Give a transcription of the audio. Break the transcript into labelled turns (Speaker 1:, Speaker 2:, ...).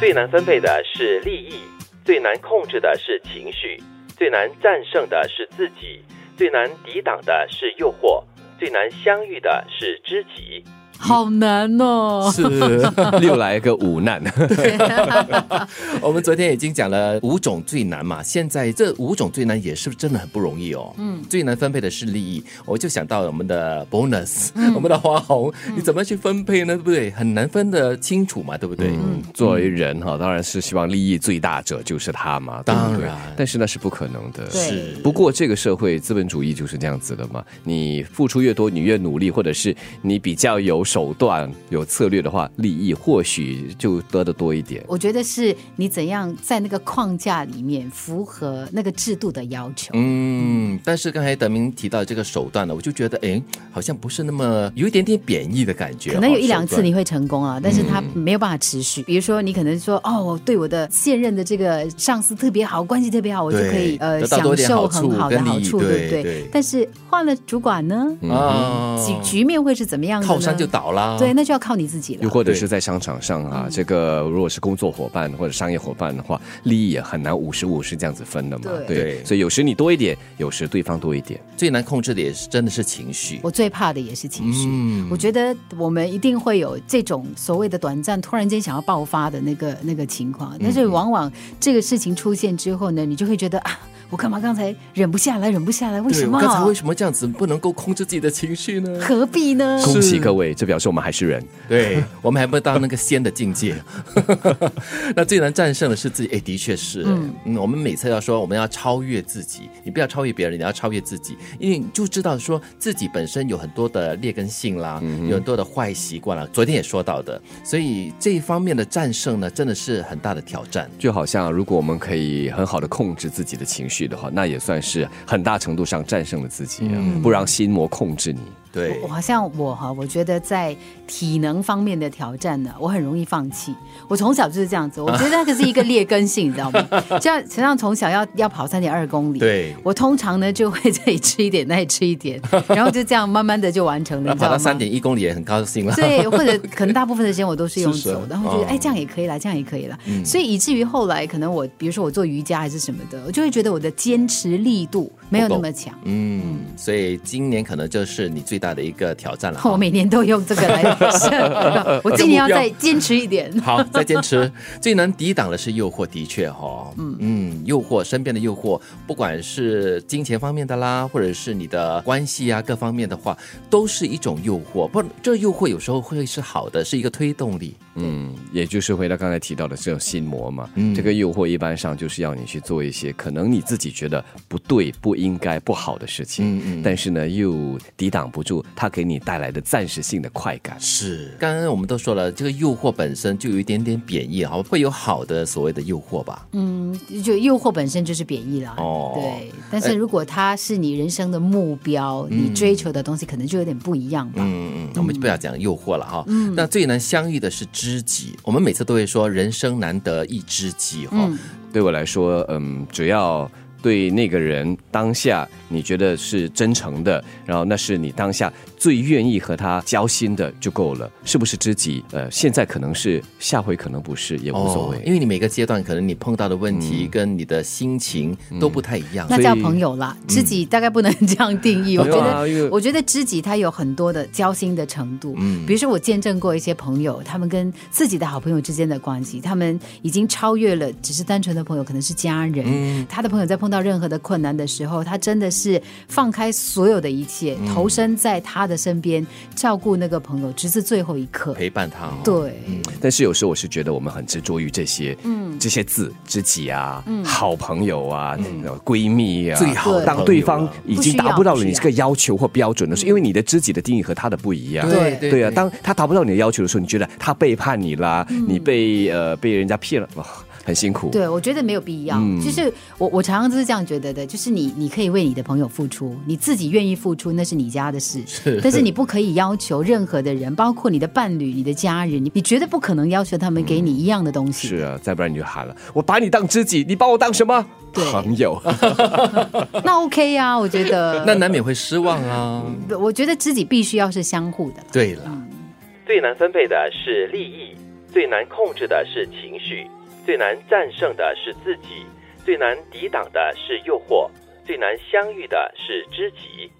Speaker 1: 最难分配的是利益，最难控制的是情绪，最难战胜的是自己，最难抵挡的是诱惑，最难相遇的是知己。
Speaker 2: 好难哦。
Speaker 3: 是，
Speaker 4: 又来个五难。
Speaker 3: 我们昨天已经讲了五种最难嘛，现在这五种最难也是真的很不容易哦。嗯，最难分配的是利益，我就想到我们的 bonus，、我
Speaker 4: 嗯
Speaker 3: 们的花红，你怎么去分配呢？对不对？很难分得清楚嘛，对不对？
Speaker 4: 嗯，作为人哈，当然是希望利益最大者就是他嘛，对不
Speaker 3: 当
Speaker 4: 对
Speaker 3: 然
Speaker 4: 但是那是不可能的。
Speaker 2: 对
Speaker 3: 是
Speaker 4: 不过这个社会资本主义就是这样子的嘛，你付出越多，你越努力，或者是你比较有手段、有策略的话，利益或许就得的多一点。
Speaker 2: 我觉得是你怎样在那个框架里面符合那个制度的要求。
Speaker 3: 嗯，但是刚才德明提到这个手段呢，我就觉得，哎，好像不是那么有一点点贬义的感觉。
Speaker 2: 可能有
Speaker 3: 哦
Speaker 2: 一两次
Speaker 3: 手段
Speaker 2: 你会成功
Speaker 3: 嗯
Speaker 2: 啊，但是它没有办法持续。比如说，你可能说哦，我对我的现任的这个上司特别好，关系特别好，我就可
Speaker 3: 对
Speaker 2: 以呃
Speaker 3: 得到
Speaker 2: 享
Speaker 3: 多一点好
Speaker 2: 受
Speaker 3: 处
Speaker 2: 很好的
Speaker 3: 跟利
Speaker 2: 好
Speaker 3: 益
Speaker 2: 处，对不
Speaker 3: 对
Speaker 2: 对？
Speaker 3: 对
Speaker 2: 但是换了主管呢，
Speaker 3: 啊，
Speaker 2: 局、局面会是怎么样的呢？
Speaker 3: 靠山就倒啦。
Speaker 2: 对，那就要靠你自己了
Speaker 4: 又。或者是在商场上啊，这个如果是工作伙伴或者商业伙伴的话，利益也很难五十五十这样子分的嘛。
Speaker 2: 对
Speaker 3: 对
Speaker 4: 所以有时你多一点，有时对方多一点。
Speaker 3: 最难控制的也是真的是情绪。
Speaker 2: 我最怕的也是情绪。
Speaker 3: 嗯
Speaker 2: 我觉得我们一定会有这种所谓的短暂、突然间想要爆发的那个那个情况，但
Speaker 3: 嗯
Speaker 2: 是往往这个事情出现之后呢，你就会觉得啊，我干嘛刚才忍不下来，忍不下来，为
Speaker 3: 对，
Speaker 2: 什
Speaker 3: 我
Speaker 2: 么？
Speaker 3: 刚才为什么这样子不能够控制自己的情绪呢？
Speaker 2: 何必呢？
Speaker 4: 恭喜各位，这表示我们还是人。
Speaker 3: 对我们还没到那个仙的境界。那最难战胜的是自己，哎，的确是。嗯我们每次要说我们要超越自己，你不要超越别人，你要超越自己，因为你就知道说自己本身有很多的劣根性啦，有很多的坏习惯啦。昨天也说到的，所以这一方面的战胜呢，真的是很大的挑战。
Speaker 4: 就好像如果我们可以很好的控制自己的情绪的话，那也算是很大程度上战胜了自己、啊，
Speaker 3: 嗯
Speaker 4: 不让心魔控制你。
Speaker 3: 对
Speaker 2: 我，好像我哈，我觉得在体能方面的挑战呢，我很容易放弃。我从小就是这样 子，我觉得那个是一个劣根性，你知道吗？这样，实际上从小要要跑三点二公里，
Speaker 3: 对
Speaker 2: 我通常呢就会这里吃一点，那里吃 一点，然后就这样慢慢的就完成了，
Speaker 3: 那
Speaker 2: 你知道
Speaker 3: 跑
Speaker 2: 吗？
Speaker 3: 到三点一公里也很高兴了。
Speaker 2: 对，或者可能大部分的时间我都是 用
Speaker 3: 是是
Speaker 2: 走，然后觉得
Speaker 3: 哦嗯
Speaker 2: 哎，这样也可以啦，这样也可以啦。所以以至于后来可能我，比如说我做瑜伽还是什么的，我就会觉得我的坚持力度没有那么强。
Speaker 3: 嗯，所以今年可能就是你最大的一个挑战了。
Speaker 2: 我每年都用这个来是，我今年要再坚持一点。
Speaker 3: 好，再坚持。最难抵挡的是诱惑，的确哈、哦，嗯嗯，诱惑身边的诱惑，不管是金钱方面的啦，或者是你的关系啊各方面的话，都是一种诱惑。不，这诱惑有时候会是好的，是一个推动力。
Speaker 4: 嗯，也就是回到刚才提到的这种心魔嘛，
Speaker 3: 嗯
Speaker 4: 这个诱惑一般上就是要你去做一些可能你自己觉得不对、不应该、不好的事情，
Speaker 3: 嗯
Speaker 4: 但是呢又抵挡不住它给你带来的暂时性的快感。
Speaker 3: 是，刚刚我们都说了，这个诱惑本身就有一点点贬义哈，会有好的所谓的诱惑吧？
Speaker 2: 嗯，就诱惑本身就是贬义啦。
Speaker 3: 哦
Speaker 2: 对，但是如果它是你人生的目标，你追求的东西可能就有点不一样吧。
Speaker 3: 嗯嗯，我们就不要讲诱惑了哈。那最难相遇的是知己，我们每次都会说人生难得一知己哈。
Speaker 4: 对我来说，嗯，只要对那个人当下你觉得是真诚的，然后那是你当下最愿意和他交心的就够了，是不是知己？呃，现在可能是，下回可能不是，也无所谓。
Speaker 3: 哦因为你每个阶段可能你碰到的问题跟你的心情都不太一样。
Speaker 2: 那
Speaker 4: 以
Speaker 2: 叫朋友啦，知己大概不能这样定义。我
Speaker 4: 没
Speaker 2: 觉
Speaker 4: 有啊因为
Speaker 2: 得，我觉得知己他有很多的交心的程度。
Speaker 3: 嗯
Speaker 2: 比如说我见证过一些朋友，他们跟自己的好朋友之间的关系，他们已经超越了只是单纯的朋友，可能是家人。
Speaker 3: 嗯
Speaker 2: 他的朋友在碰到任何的困难的时候，他真的是放开所有的一切，
Speaker 3: 嗯
Speaker 2: 投身在他的身边，照顾那个朋友，直至最后一刻。
Speaker 3: 陪伴他、哦，
Speaker 2: 对，
Speaker 4: 但是有时候我是觉得我们很执着于这些，嗯，这些字，知己啊，
Speaker 2: 嗯
Speaker 4: 好朋友啊，呃闺蜜啊，
Speaker 3: 最好的
Speaker 2: 对
Speaker 4: 当
Speaker 3: 朋
Speaker 4: 对
Speaker 3: 友
Speaker 4: 方
Speaker 3: 啊
Speaker 4: 已
Speaker 2: 嗯不
Speaker 4: 经
Speaker 2: 需
Speaker 4: 达
Speaker 2: 要
Speaker 4: 不到
Speaker 2: 不
Speaker 4: 你
Speaker 2: 需
Speaker 4: 这个要求或标准的时候，因为你的知己的定义和他的不一样，
Speaker 3: 对。
Speaker 2: 对嗯
Speaker 4: 对啊，当他达不到你的要求的时候，你觉得他背叛你啦，你被呃被人家骗了，哇，很辛苦。
Speaker 2: 对，我觉得没有必要。就是我我常常都是这样觉得的，就是你你可以为你的朋友付出，你自己愿意付出那是你家的事，但是你不可以要求任何的人，包括你的伴侣、你的家人，你你绝对不可能要求他们给你一样的东西。
Speaker 4: 是啊，再不然你就喊了，我把你当知己，你把我当什么？
Speaker 2: 对
Speaker 4: 朋友。
Speaker 2: 那 OK 呀、我觉得
Speaker 3: 那难免会失望啊。
Speaker 2: 那我觉得知己必须要是相互的。
Speaker 3: 对了，
Speaker 1: 最难分配的是利益，
Speaker 3: 最难控制的是情绪，最难战胜的是自己，最难抵挡的是诱惑，最难相遇的是知己。